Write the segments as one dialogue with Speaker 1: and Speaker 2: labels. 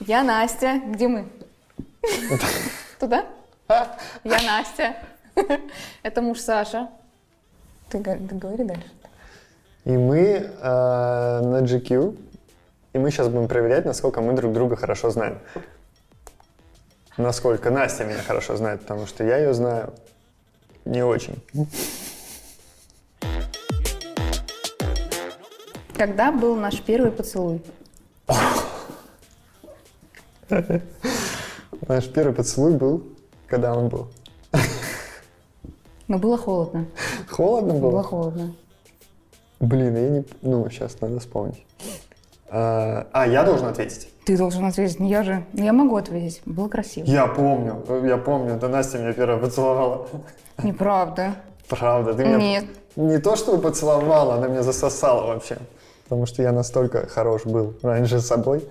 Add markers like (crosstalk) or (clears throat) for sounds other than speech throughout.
Speaker 1: Я Настя. Где мы? Туда? Я Настя. Это муж Саша. Ты га- ты говори дальше.
Speaker 2: И мы э, на GQ, и мы сейчас будем проверять, насколько мы друг друга хорошо знаем. Насколько Настя меня хорошо знает, потому что я ее знаю не очень.
Speaker 1: Когда был наш первый поцелуй?
Speaker 2: Наш первый поцелуй был, когда он был.
Speaker 1: Ну, было холодно.
Speaker 2: Холодно
Speaker 1: Было
Speaker 2: было?
Speaker 1: холодно.
Speaker 2: Блин, я не... Ну, сейчас надо вспомнить. А, а, я должен ответить?
Speaker 1: Ты должен ответить, не я же. Ну, Я могу ответить. Было красиво.
Speaker 2: Я помню, я помню, это Настя меня первая поцеловала.
Speaker 1: Неправда.
Speaker 2: Правда, ты меня...
Speaker 1: Нет.
Speaker 2: Не то, чтобы поцеловала, она меня засосала вообще. Потому что я настолько хорош был раньше с собой.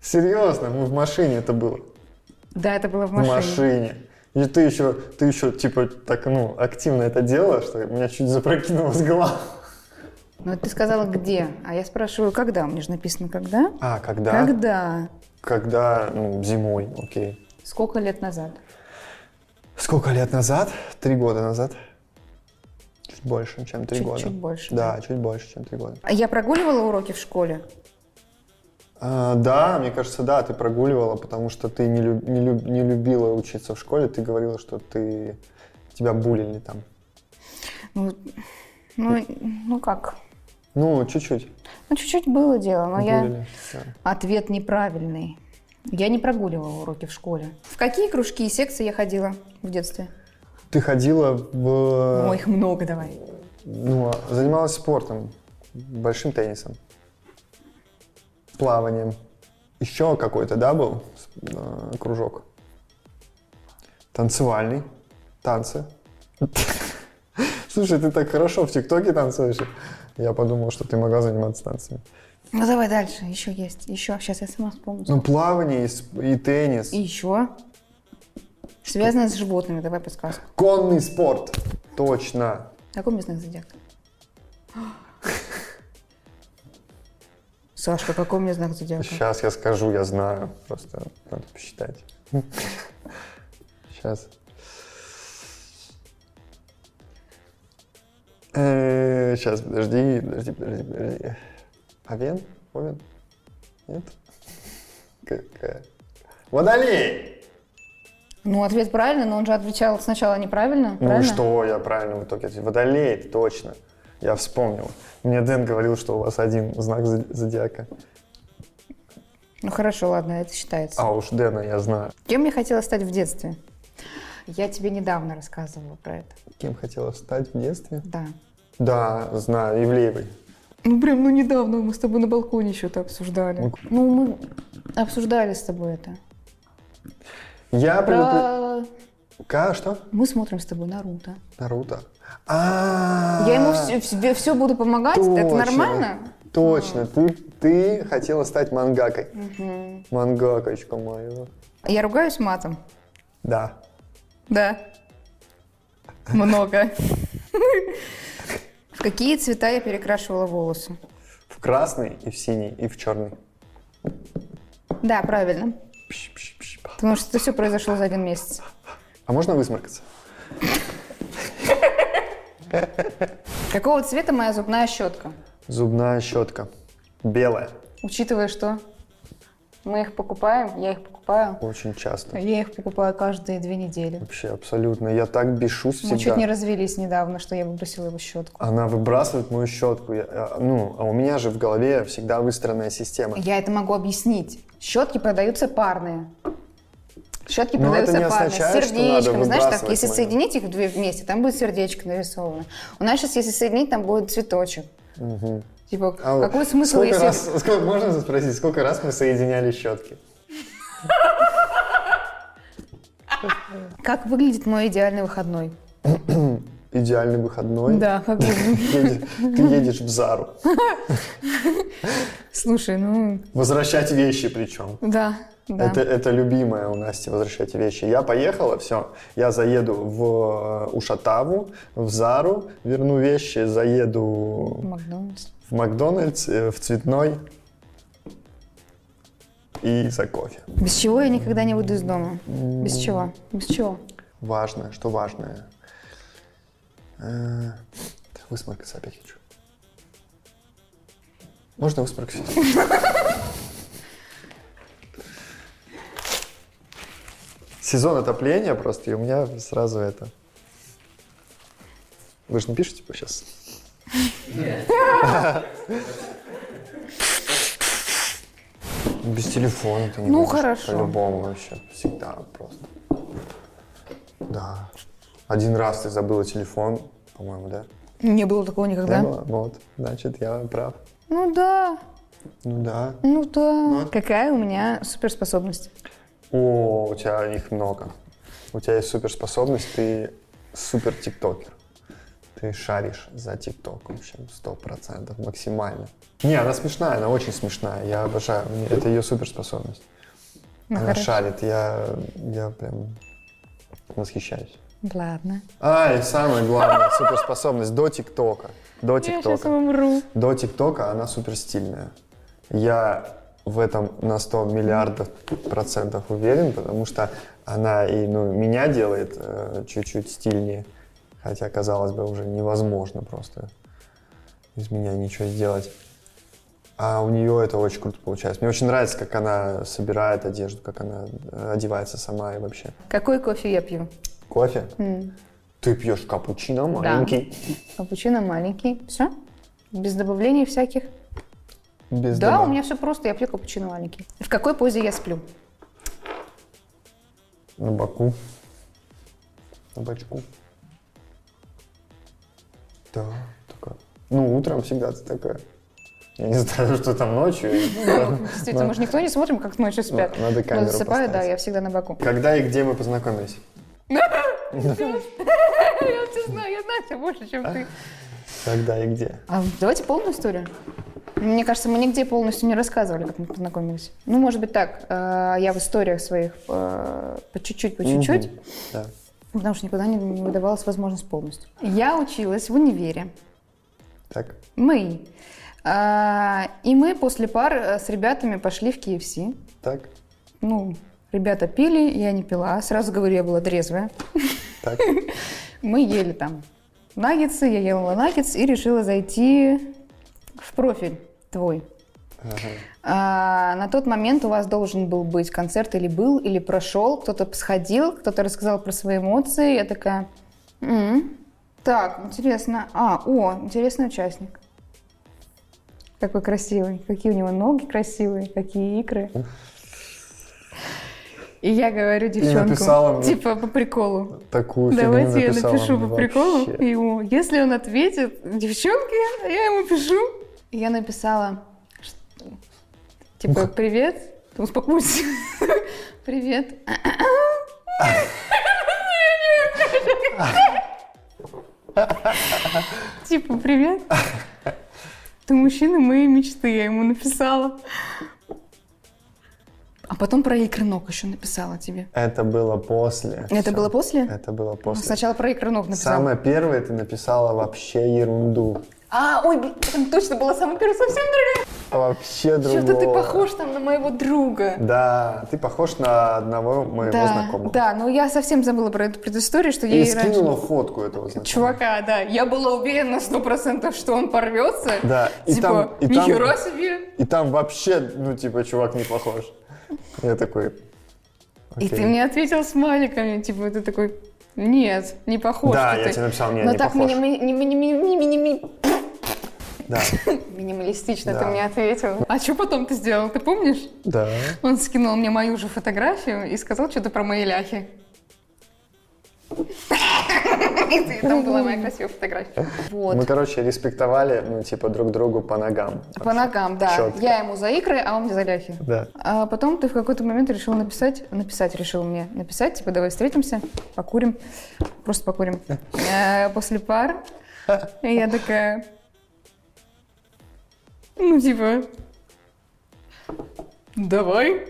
Speaker 2: Серьезно, мы в машине это было.
Speaker 1: Да, это было в
Speaker 2: В
Speaker 1: машине.
Speaker 2: машине. И ты еще, ты еще, типа, так, ну, активно это делала, что меня чуть запрокинуло с головы.
Speaker 1: Но ты сказала, где? А я спрашиваю, когда? Мне же написано, когда?
Speaker 2: А, когда?
Speaker 1: Когда?
Speaker 2: Когда, ну, зимой, окей.
Speaker 1: Сколько лет назад?
Speaker 2: Сколько лет назад? Три года назад. Чуть больше, чем три
Speaker 1: Чуть-
Speaker 2: года.
Speaker 1: чуть больше,
Speaker 2: Да, чуть больше, чем три года.
Speaker 1: А Я прогуливала уроки в школе.
Speaker 2: А, да, мне кажется, да, ты прогуливала, потому что ты не, лю- не лю- не любила учиться в школе. Ты говорила, что ты тебя булили там.
Speaker 1: Ну, ну, ну как?
Speaker 2: Ну, чуть-чуть.
Speaker 1: Ну, чуть-чуть было дело, но Ну, я...
Speaker 2: булили, да.
Speaker 1: Ответ неправильный. Я не прогуливала уроки в школе. В какие кружки и секции я ходила в детстве?
Speaker 2: Ты ходила в...
Speaker 1: О, их много давай.
Speaker 2: Ну, а занималась спортом, большим теннисом, плаванием. Еще какой-то, да, был с- э, кружок? Танцевальный, танцы. Слушай, ты так хорошо в ТикТоке танцуешь. Я подумал, что ты могла заниматься танцами.
Speaker 1: Ну, давай дальше. Еще есть. Еще. Сейчас я сама вспомню.
Speaker 2: Ну, плавание и, сп- и теннис.
Speaker 1: И еще. Связано с животными. Давай подсказку.
Speaker 2: Конный спорт. Точно.
Speaker 1: Какой местных зодиак? (gasps) Сашка, какой мне знак зодиака?
Speaker 2: Сейчас я скажу, я знаю. Просто надо посчитать. Сейчас. Э, Сейчас, подожди, подожди, подожди, подожди. Овен? Овен? Нет? Какая? Водолей!
Speaker 1: Ну, ответ правильный, но он же отвечал сначала неправильно.
Speaker 2: Ну и
Speaker 1: правильно?
Speaker 2: что, я правильно в итоге ответил. Водолей, точно. Я вспомнил. Мне Дэн говорил, что у вас один знак зо- зодиака.
Speaker 1: Ну, хорошо, ладно, это считается.
Speaker 2: А уж Дэна я знаю.
Speaker 1: Кем мне хотелось стать в детстве? Я тебе недавно рассказывала про это.
Speaker 2: Кем хотела стать в детстве?
Speaker 1: Да.
Speaker 2: Да, знаю, Ивлеевой.
Speaker 1: Ну, прям, ну, недавно мы с тобой на балконе что-то обсуждали.
Speaker 2: Ну,
Speaker 1: Ну, мы обсуждали с тобой это.
Speaker 2: Я предупреждаю...
Speaker 1: Про...
Speaker 2: Ка, что?
Speaker 1: Мы смотрим с тобой Наруто.
Speaker 2: Наруто. А.
Speaker 1: Я ему все, все, буду помогать? Это
Speaker 2: Точно.
Speaker 1: нормально?
Speaker 2: Точно, ты, ты хотела стать мангакой. Мангакочка моя.
Speaker 1: Я ругаюсь матом.
Speaker 2: Да.
Speaker 1: Да. Много. (laughs) В какие цвета я перекрашивала волосы?
Speaker 2: В красный, и в синий, и в черный.
Speaker 1: Да, правильно. Потому что это все произошло за один месяц.
Speaker 2: А можно высморкаться?
Speaker 1: Какого цвета моя зубная щетка?
Speaker 2: Зубная щетка. Белая.
Speaker 1: Учитывая, что мы их покупаем, я их покупаю.
Speaker 2: Очень часто.
Speaker 1: Я их покупаю каждые две недели.
Speaker 2: Вообще, абсолютно. Я так бешусь всегда.
Speaker 1: Мы чуть не развелись недавно, что я выбросила его щетку.
Speaker 2: Она выбрасывает мою щетку. Я- а, ну, а у меня же в голове всегда выстроенная система.
Speaker 1: Я это могу объяснить. Щетки продаются парные. Щетки
Speaker 2: Но это
Speaker 1: продаются
Speaker 2: не
Speaker 1: парные,
Speaker 2: означает,
Speaker 1: с
Speaker 2: что надо
Speaker 1: сердечками. Знаешь, так,
Speaker 2: выбрасывать
Speaker 1: если
Speaker 2: мою.
Speaker 1: соединить их две вместе, там будет сердечко нарисовано. У нас сейчас, если соединить, там будет цветочек. Типа,
Speaker 2: А
Speaker 1: какой смысл,
Speaker 2: сколько
Speaker 1: если...
Speaker 2: раз- (laughs) сколько- можно спросить, сколько раз мы соединяли щетки?
Speaker 1: Как выглядит мой идеальный выходной?
Speaker 2: Идеальный выходной.
Speaker 1: Да, как выглядит. (laughs)
Speaker 2: Едешь- ты едешь в Зару.
Speaker 1: Слушай, ну,
Speaker 2: Возвращать вещи причем.
Speaker 1: да, да.
Speaker 2: Это, это любимое у Насти, возвращать вещи. Я поехала, все, я заеду в э, Ушатаву, в Зару, верну вещи, заеду Типа.
Speaker 1: Макдональдс.
Speaker 2: в Макдональдс, э, в Цветной, и за кофе.
Speaker 1: Без чего я никогда не выйду из дома? Без чего? Без чего?
Speaker 2: Важное, что важное? Э, Высморкаться опять хочу. Можно высморкаться? Сезон отопления просто, и у меня сразу это... Вы же не пишете типа, сейчас? Без телефона ты не
Speaker 1: Ну,
Speaker 2: будешь
Speaker 1: хорошо.
Speaker 2: По-любому вообще. Всегда просто. Да. Один раз ты забыла телефон, по-моему, да?
Speaker 1: Не было такого никогда.
Speaker 2: Не было? Вот. Значит, я прав.
Speaker 1: Ну да,
Speaker 2: Ну да.
Speaker 1: ну да. Какая у меня суперспособность?
Speaker 2: О, у тебя их много. У тебя есть суперспособность, ты супер тиктокер. Ты шаришь за тикток вообще сто процентов максимально. Не, она смешная, она очень смешная. Я обожаю. Мне- Это ее суперспособность.
Speaker 1: Ну,
Speaker 2: она
Speaker 1: хорошо.
Speaker 2: шарит. Я, я прям восхищаюсь.
Speaker 1: Ладно.
Speaker 2: А, и самое главное, суперспособность до ТикТока. До
Speaker 1: Ну, Я сейчас
Speaker 2: ТикТока.
Speaker 1: умру.
Speaker 2: До ТикТока она суперстильная. Я в этом на 100 миллиардов процентов уверен, потому что она и ну, меня делает э, чуть-чуть стильнее. Хотя, казалось бы, уже невозможно просто из меня ничего сделать. А у нее это очень круто получается. Мне очень нравится, как она собирает одежду, как она э, одевается сама и вообще.
Speaker 1: Какой кофе я пью?
Speaker 2: Кофе?
Speaker 1: М,
Speaker 2: Ты пьешь капучино маленький.
Speaker 1: Капучино маленький. Все? Без добавлений всяких?
Speaker 2: Без
Speaker 1: Да, у
Speaker 2: добавок.
Speaker 1: меня все просто, я пью капучино маленький. В какой позе я
Speaker 2: (laughs)
Speaker 1: сплю?
Speaker 2: На боку. На бочку. Да, такая. Ну, утром всегда ты такая. Я не знаю, что там ночью.
Speaker 1: Ну,
Speaker 2: (laughs) Ну,
Speaker 1: Действительно, мы же никто не смотрим, как ночью спят.
Speaker 2: надо
Speaker 1: Но
Speaker 2: камеру
Speaker 1: засыпаю, да,
Speaker 2: поставить.
Speaker 1: я всегда на боку.
Speaker 2: Когда и где мы познакомились?
Speaker 1: Я все знаю, я знаю тебя больше, чем ты.
Speaker 2: Когда и где?
Speaker 1: А давайте полную историю. Мне кажется, мы нигде полностью не рассказывали, как мы познакомились. Ну, может быть, так. э, Я в историях своих э, по чуть-чуть, по чуть-чуть.
Speaker 2: Мгм. Да.
Speaker 1: Потому что никогда не- не выдавалась возможность полностью. Я училась в универе.
Speaker 2: Так.
Speaker 1: Мы. А, И мы после пар э, с ребятами пошли в KFC.
Speaker 2: Так.
Speaker 1: Ну, ребята пили, я не пила. Сразу говорю, я была трезвая. (laughs)
Speaker 2: Так.
Speaker 1: Мы ели там наггетсы, я ела наггетс и решила зайти в профиль твой.
Speaker 2: Ага.
Speaker 1: А, на тот момент у вас должен был быть концерт или был, или прошел, кто-то сходил, кто-то рассказал про свои эмоции. Я такая, «М, так, интересно, а, о, интересный участник. Какой красивый, какие у него ноги красивые, какие икры. И я говорю девчонкам,
Speaker 2: написала мне.
Speaker 1: типа по приколу.
Speaker 2: Такую фигню
Speaker 1: Давайте я
Speaker 2: написала
Speaker 1: напишу
Speaker 2: мне
Speaker 1: по приколу
Speaker 2: вообще.
Speaker 1: ему. Если он ответит, девчонки, я ему пишу. И Я написала, ш- типа, привет, успокойся, (laughs) привет. Типа, привет, ты мужчина моей мечты, я ему написала. А потом про икры ног еще написала тебе.
Speaker 2: Это было после.
Speaker 1: Это
Speaker 2: Всё.
Speaker 1: было после?
Speaker 2: Это было после.
Speaker 1: Сначала про икры ног написала.
Speaker 2: Самое первое ты написала вообще ерунду.
Speaker 1: А, ой, блин, там точно была самая первая, совсем другая.
Speaker 2: А Вообще другого.
Speaker 1: Что-то ты похож там на моего друга.
Speaker 2: Да, ты похож на одного моего знакомого.
Speaker 1: да, но я совсем забыла про эту предысторию, что я
Speaker 2: И
Speaker 1: ей раньше...
Speaker 2: скинула фотку этого знакомого.
Speaker 1: Чувака, да, я была уверена на сто процентов, что он порвется.
Speaker 2: Да, и
Speaker 1: типа,
Speaker 2: там- и там-
Speaker 1: нихера себе.
Speaker 2: И там вообще, ну, типа, чувак не похож. Я такой...
Speaker 1: И ты
Speaker 2: окей.
Speaker 1: мне ответил с смайликами, типа, ты такой, нет, не похож.
Speaker 2: Да,
Speaker 1: что
Speaker 2: я
Speaker 1: ты».
Speaker 2: тебе написал, не,
Speaker 1: Но
Speaker 2: не
Speaker 1: так
Speaker 2: похож.
Speaker 1: мини- мини- мини- мини- мини- мини- (laughs)
Speaker 2: Да,
Speaker 1: минималистично ты
Speaker 2: Да.
Speaker 1: мне ответил. А что потом ты сделал, ты помнишь?
Speaker 2: да.
Speaker 1: Он скинул мне мою же фотографию и сказал что-то про мои ляхи. И там была моя красивая фотография.
Speaker 2: Мы,
Speaker 1: Вот.
Speaker 2: короче, респектовали, ну, типа, друг другу по ногам.
Speaker 1: По ногам, да.
Speaker 2: Чётко.
Speaker 1: Я ему за икры, а он мне за ляхи.
Speaker 2: Да.
Speaker 1: А потом ты в какой-то момент решил написать, написать решил мне, написать, типа, давай встретимся, покурим, просто покурим. Э, После пар И я такая, ну, типа, давай.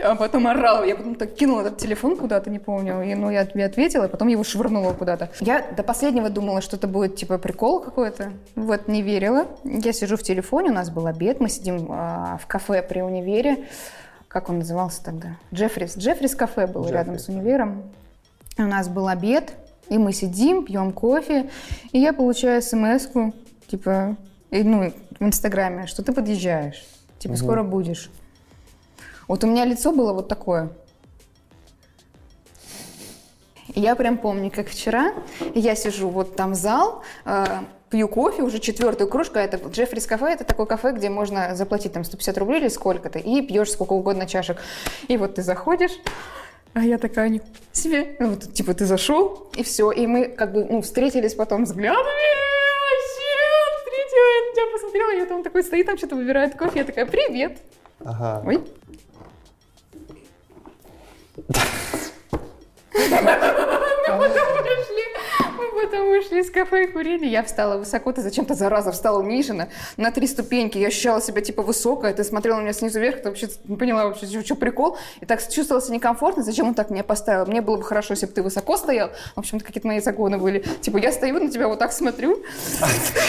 Speaker 1: А потом орала. Я потом так кинула этот телефон куда-то, не помню. И, ну, я тебе ответила, и потом его швырнула куда-то. Я до последнего думала, что это будет, типа, прикол какой-то. Вот, не верила. Я сижу в телефоне, у нас был обед, мы сидим а, в кафе при универе. как он назывался тогда? Джеффрис. Джеффрис кафе было
Speaker 2: Джеффрис,
Speaker 1: рядом с
Speaker 2: да.
Speaker 1: универом. И У нас был обед, и мы сидим, пьем кофе, и я получаю смс типа, и, ну, в Инстаграме, что ты подъезжаешь, типа,
Speaker 2: Мгм.
Speaker 1: скоро будешь. Вот у меня лицо было вот такое. И Я прям помню, как вчера я сижу вот там зал, э, пью кофе, уже четвертую кружку. а Это Джеффрис кафе, это такое кафе, где можно заплатить там 150 рублей или сколько-то, и пьешь сколько угодно чашек. И вот ты заходишь, а я такая, не себе, ну вот типа ты зашел, и все. И мы как бы ну, встретились потом взглядами, вообще встретила, я на тебя посмотрела, я там такой стоит, там что-то выбирает кофе, я такая, привет,
Speaker 2: Ага.
Speaker 1: ой. Мы потом пришли, мы потом вышли из кафе и курили. Я встала высоко, ты зачем-то, зараза, встала ниже на, на три ступеньки. Я ощущала себя типа высокая, ты смотрела на меня снизу вверх, ты вообще не поняла вообще, что, что прикол. И так чувствовала себя некомфортно, зачем он так меня поставил. Мне было бы хорошо, если бы ты высоко стоял. В общем-то, какие-то мои загоны были. Типа, я стою на тебя вот так смотрю, (laughs)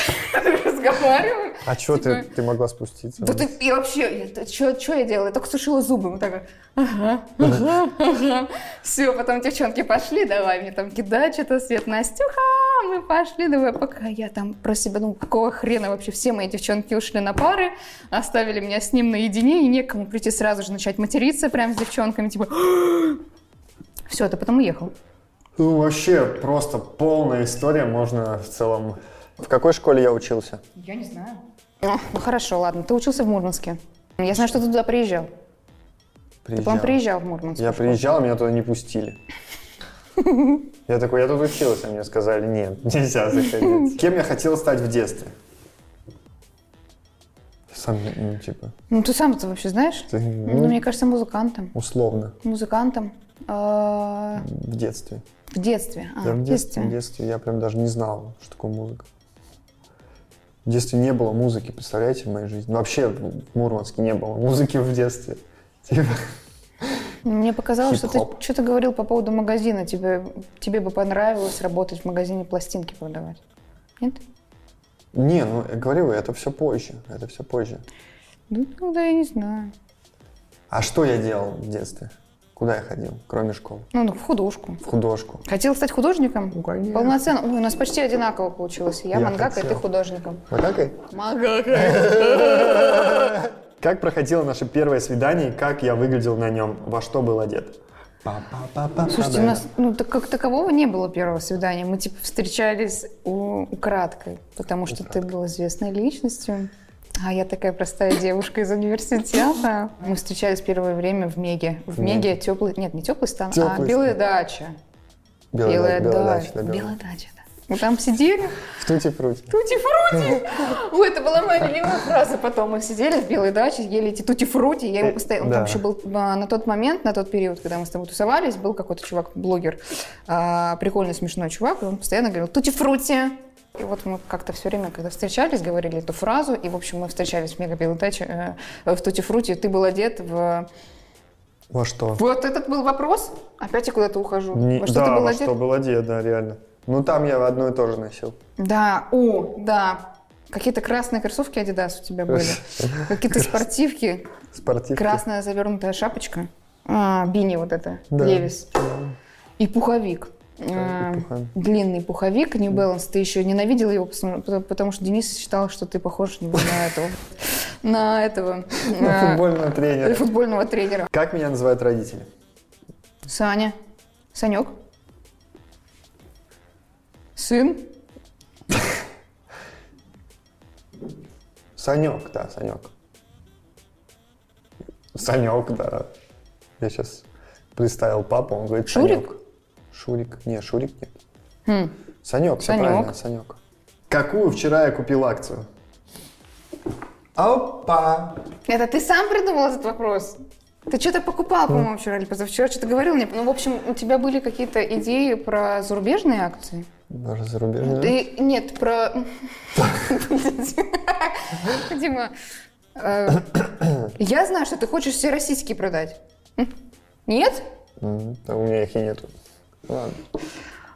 Speaker 1: разговариваю.
Speaker 2: А чего ты,
Speaker 1: Типа-
Speaker 2: ты могла спуститься?
Speaker 1: Да ты и вообще, что я делала? Я только сушила зубы. Вот так, ага, ага, ага. Все, потом девчонки пошли, давай мне там кидать что-то, Свет, Настюха, мы пошли, давай, пока я там про себя думаю, какого хрена вообще все мои девчонки ушли на пары, оставили меня с ним наедине, и некому прийти сразу же начать материться прям с девчонками, типа... Все, ты потом уехал.
Speaker 2: Ну, вообще, просто полная история, можно в целом... В какой школе я учился?
Speaker 1: Я не знаю. ну хорошо, ладно, ты учился в Мурманске. Я знаю, что ты туда приезжал. Ты, по-моему, приезжал типа, в Мурманск.
Speaker 2: Я приезжал, меня туда не пустили. Я такой, я тут учился, мне сказали, нет, (laughs) нельзя заходить. Кем я хотел стать в детстве? Сам, ну, типа,
Speaker 1: Ну, ты сам это вообще знаешь?
Speaker 2: ты,
Speaker 1: Ну,
Speaker 2: ну,
Speaker 1: мне кажется, музыкантом.
Speaker 2: условно,
Speaker 1: Музыкантом. э,
Speaker 2: в детстве.
Speaker 1: В детстве. А,
Speaker 2: Я
Speaker 1: в
Speaker 2: в детстве,
Speaker 1: детстве.
Speaker 2: в детстве я прям даже не знал, что такое музыка. В детстве не было музыки, представляете, в моей жизни. Вообще в Мурманске не было музыки в детстве. (laughs) Типа,
Speaker 1: Мне показалось, что ты
Speaker 2: Хип-хоп.
Speaker 1: что-то говорил по поводу магазина. Тебе, тебе бы понравилось работать в магазине пластинки продавать. Нет?
Speaker 2: Не, ну я говорю, это все позже, это все позже.
Speaker 1: Ну, тогда я не знаю.
Speaker 2: А что я делал в детстве? Куда я ходил, кроме школы?
Speaker 1: Ну, ну, в художку.
Speaker 2: В художку.
Speaker 1: Хотел стать художником?
Speaker 2: Ну, конечно.
Speaker 1: Полноценно. Ой, у нас почти одинаково получилось. Я,
Speaker 2: Я
Speaker 1: мангака, и ты
Speaker 2: хотел.
Speaker 1: художником.
Speaker 2: Макакой?
Speaker 1: Мангака.
Speaker 2: Как проходило наше первое свидание, и как я выглядел на нем, во что был одет? Па-па-па-па-па.
Speaker 1: Слушайте, у нас ну, так как такового не было первого свидания. Мы типа встречались у- украдкой, потому что ты был известной личностью. А я такая простая девушка из университета. Мы встречались первое время в Меге. В
Speaker 2: В Меге.
Speaker 1: Меге теплый, нет, не теплый стан, а
Speaker 2: Теплый
Speaker 1: белая
Speaker 2: стан.
Speaker 1: дача.
Speaker 2: Белая, белая дача, да, белая.
Speaker 1: Белая дача, да. Мы там сидели,
Speaker 2: В тути-фрути. (laughs)
Speaker 1: тути-фрути. Ой, это была моя любимая фраза потом. Мы сидели в белой даче, ели эти тути-фрути. Я ему
Speaker 2: Э,
Speaker 1: постоянно...
Speaker 2: да.
Speaker 1: Там еще был а, на тот момент, на тот период, когда мы с тобой тусовались, был какой-то чувак, блогер, а, прикольный, смешной чувак, и он постоянно говорил «тути-фрути». И вот мы как-то все время, когда встречались, говорили эту фразу, и, в общем, мы встречались в мега белой даче, э, в тути-фрути. Ты был одет в...
Speaker 2: Во что?
Speaker 1: Вот этот был вопрос. Опять я куда-то ухожу.
Speaker 2: Не-
Speaker 1: Во что
Speaker 2: да,
Speaker 1: ты был
Speaker 2: во
Speaker 1: одет?
Speaker 2: что был одет, да, реально. Ну там я одно и то же носил.
Speaker 1: Да, о, да. Какие-то красные кроссовки Adidas у тебя были. Какие-то спортивки.
Speaker 2: (laughs) Спортивки.
Speaker 1: Красная завернутая шапочка. А, бини вот это.
Speaker 2: Да.
Speaker 1: Левис. И пуховик.
Speaker 2: Да, и
Speaker 1: А,
Speaker 2: пуховик.
Speaker 1: Длинный пуховик New Balance. Ты еще ненавидел его, потому- потому потому что Денис считал, что ты похож на этого. На
Speaker 2: (laughs)
Speaker 1: этого.
Speaker 2: На
Speaker 1: а,
Speaker 2: футбольного тренера.
Speaker 1: Футбольного тренера.
Speaker 2: Как меня называют родители?
Speaker 1: Саня. Санек. Сын.
Speaker 2: Санек, да, Санек. Санек, да. Я сейчас представил папу, он говорит
Speaker 1: Шурик?
Speaker 2: Санек. Шурик. Не, Шурик нет.
Speaker 1: Хм.
Speaker 2: Санек, все
Speaker 1: Санек.
Speaker 2: правильно, Санек. Какую вчера я купил акцию? Опа!
Speaker 1: Это ты сам придумал этот вопрос? Ты что-то покупал, по-моему, вчера или позавчера, что-то говорил мне. Ну, в общем, у тебя были какие-то идеи про зарубежные акции?
Speaker 2: Даже зарубежная.
Speaker 1: Ты- нет, про... Дима, э, я знаю, что ты хочешь все российские продать. М? Нет?
Speaker 2: М, да у меня их и нету. Ладно.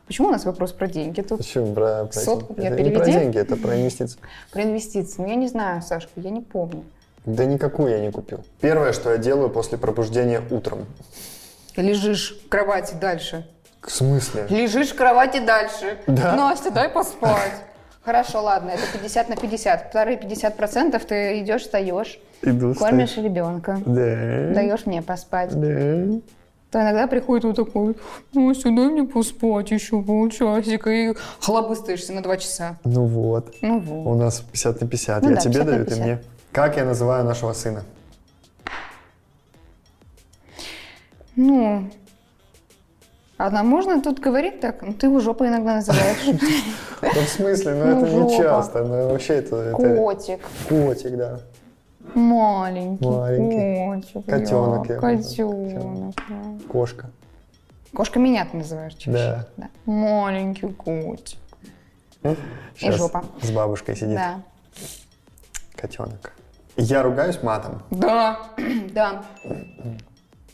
Speaker 1: Почему у нас вопрос про деньги тут?
Speaker 2: Зачем про, про
Speaker 1: Сотку
Speaker 2: деньги?
Speaker 1: мне
Speaker 2: Это не про
Speaker 1: переведи.
Speaker 2: деньги, это про инвестиции.
Speaker 1: Про инвестиции. Ну, я не знаю, Сашка, я не помню.
Speaker 2: Да никакую я не купил. Первое, что я делаю после пробуждения утром.
Speaker 1: Лежишь в кровати дальше.
Speaker 2: В смысле?
Speaker 1: Лежишь в кровати дальше.
Speaker 2: Да.
Speaker 1: Настя, дай поспать. Хорошо, ладно, это 50 на 50. Вторые 50% ты идешь, встаешь,
Speaker 2: Иду
Speaker 1: кормишь ребенка,
Speaker 2: Да.
Speaker 1: даешь мне поспать.
Speaker 2: Да.
Speaker 1: То иногда приходит вот такой, Настя, дай мне поспать еще полчасика, и хлобыстаешься на два часа.
Speaker 2: Ну вот.
Speaker 1: Ну вот.
Speaker 2: У нас 50 на 50.
Speaker 1: Ну
Speaker 2: я
Speaker 1: да,
Speaker 2: тебе
Speaker 1: 50 на
Speaker 2: даю, ты
Speaker 1: 50.
Speaker 2: мне. Как я называю нашего сына?
Speaker 1: Ну, она можно тут говорить так? Ну, ты его жопа иногда
Speaker 2: (laughs)
Speaker 1: называешь.
Speaker 2: Ну, в смысле? Ну,
Speaker 1: Ну,
Speaker 2: это не
Speaker 1: жопа.
Speaker 2: часто. Ну, вообще это... это
Speaker 1: Котик.
Speaker 2: Котик, да.
Speaker 1: Маленький,
Speaker 2: Маленький.
Speaker 1: котик.
Speaker 2: Котенок
Speaker 1: да,
Speaker 2: я
Speaker 1: Котенок. да.
Speaker 2: Кошка.
Speaker 1: Кошка меня ты называешь чаще.
Speaker 2: Да.
Speaker 1: Маленький котик.
Speaker 2: Щас
Speaker 1: жопа.
Speaker 2: С бабушкой сидит
Speaker 1: Да.
Speaker 2: котенок. Я ругаюсь матом.
Speaker 1: Да. (clears throat) да.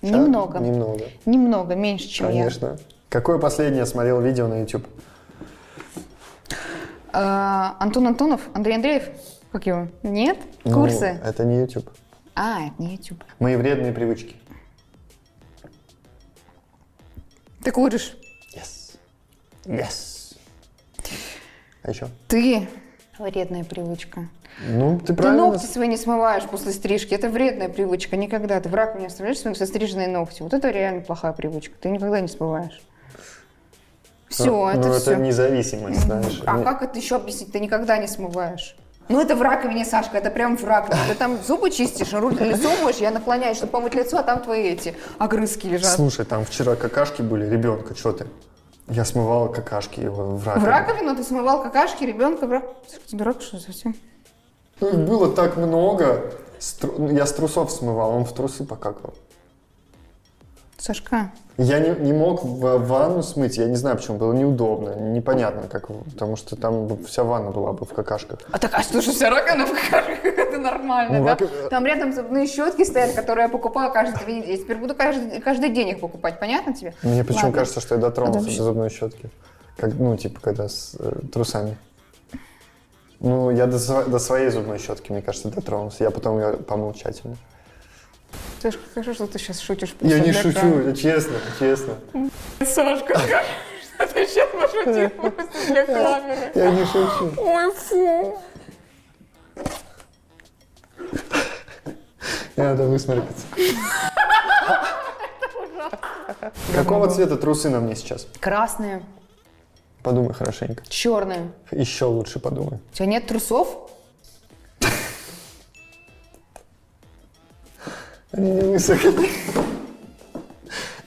Speaker 1: Немного.
Speaker 2: Да? Немного.
Speaker 1: Немного, меньше, чем
Speaker 2: Конечно. Какое последнее смотрел видео на YouTube?
Speaker 1: я. А, Антон Антонов, Андрей Андреев. Как его? Нет?
Speaker 2: Ну,
Speaker 1: Курсы?
Speaker 2: это не YouTube.
Speaker 1: А, это не YouTube.
Speaker 2: Мои вредные привычки.
Speaker 1: Ты куришь.
Speaker 2: Yes. Yes. А еще?
Speaker 1: Ты вредная привычка.
Speaker 2: Ну, ты
Speaker 1: Ты
Speaker 2: правильно.
Speaker 1: ногти свои не смываешь после стрижки. Это вредная привычка. Никогда. Ты в раку не оставляешь свои состриженные ногти. Вот это реально плохая привычка. Ты никогда не смываешь. Все,
Speaker 2: Ну,
Speaker 1: это
Speaker 2: ну,
Speaker 1: все.
Speaker 2: независимость, знаешь. Ну,
Speaker 1: А
Speaker 2: Не-
Speaker 1: как это еще объяснить? Ты никогда не смываешь. Ну это в раковине, Сашка, это прям в раковине. Ты там зубы чистишь, руки лицо моешь, я наклоняюсь, чтобы помыть лицо, а там твои эти огрызки лежат.
Speaker 2: Слушай, там вчера какашки были, ребенка, что ты? Я смывал какашки его в
Speaker 1: В
Speaker 2: раковину.
Speaker 1: раковину ты смывал какашки ребенка в раковину. Ты дурак, что ли, совсем?
Speaker 2: Ну, их было так много. С тру- ну, Я с трусов смывал, он в трусы покакал.
Speaker 1: Сашка,
Speaker 2: Я не, не мог в ванну смыть, я не знаю почему, было неудобно, непонятно как, потому что там бы вся ванна была бы в какашках.
Speaker 1: А так, а что же вся раковина в карликах? (laughs) Это нормально,
Speaker 2: Ну,
Speaker 1: да?
Speaker 2: раковина-
Speaker 1: Там рядом зубные щетки стоят, которые я покупаю каждый день. Я теперь буду каждый, каждый день их покупать, понятно тебе?
Speaker 2: Мне почему
Speaker 1: Ладно.
Speaker 2: кажется, что я дотронулся
Speaker 1: Подожди.
Speaker 2: до зубной щетки. Как, ну, типа, когда с э, трусами. Ну, я до, сво- до своей зубной щетки, мне кажется, дотронулся. Я потом ее помыл тщательно.
Speaker 1: Сашка, хорошо, А что ты сейчас шутишь.
Speaker 2: Я не
Speaker 1: просто, да,
Speaker 2: шучу, честно, честно.
Speaker 1: да. Сашка, (laughs) как- что ты сейчас пошутил просто
Speaker 2: (laughs)
Speaker 1: для камеры?
Speaker 2: Я
Speaker 1: (laughs)
Speaker 2: не шучу.
Speaker 1: Ой, фу.
Speaker 2: Мне надо высморкаться. Какого
Speaker 1: ну.
Speaker 2: цвета трусы на мне сейчас?
Speaker 1: Красные,
Speaker 2: Подумай хорошенько.
Speaker 1: черные.
Speaker 2: Еще лучше подумай.
Speaker 1: У тебя нет трусов?
Speaker 2: Они не высохли.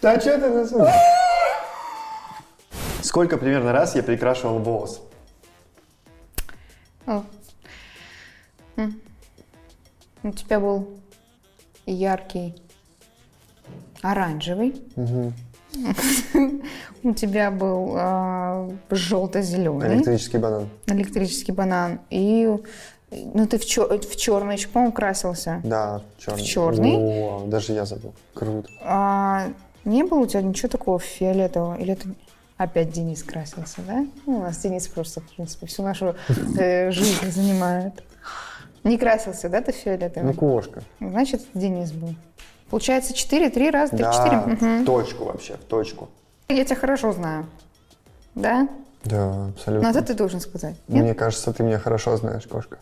Speaker 2: Да что ты засунул? Сколько примерно раз я перекрашивал волос?
Speaker 1: О. М. У тебя был яркий оранжевый. У тебя был желто-зеленый
Speaker 2: Электрический банан.
Speaker 1: электрический банан. И ну ты в, чер- в черный еще, по-моему, красился.
Speaker 2: Да, черный.
Speaker 1: В чёрный?
Speaker 2: О, даже я забыл. Круто.
Speaker 1: А не было у тебя ничего такого фиолетового? Или это опять Денис красился, да? Ну, у нас Денис просто, в принципе, всю нашу э, жизнь занимает. Не красился, да, ты
Speaker 2: Ну,
Speaker 1: фиолетовый?
Speaker 2: кошка.
Speaker 1: Значит, это Денис был. Получается, четыре, три раза, три, четыре.
Speaker 2: Да,
Speaker 1: Мгм.
Speaker 2: в точку вообще, в точку.
Speaker 1: Я тебя хорошо знаю. Да?
Speaker 2: Да,
Speaker 1: Но
Speaker 2: абсолютно.
Speaker 1: это ты должен сказать. Ну, а Нет?
Speaker 2: Ну, Мне кажется, ты меня хорошо знаешь, кошка.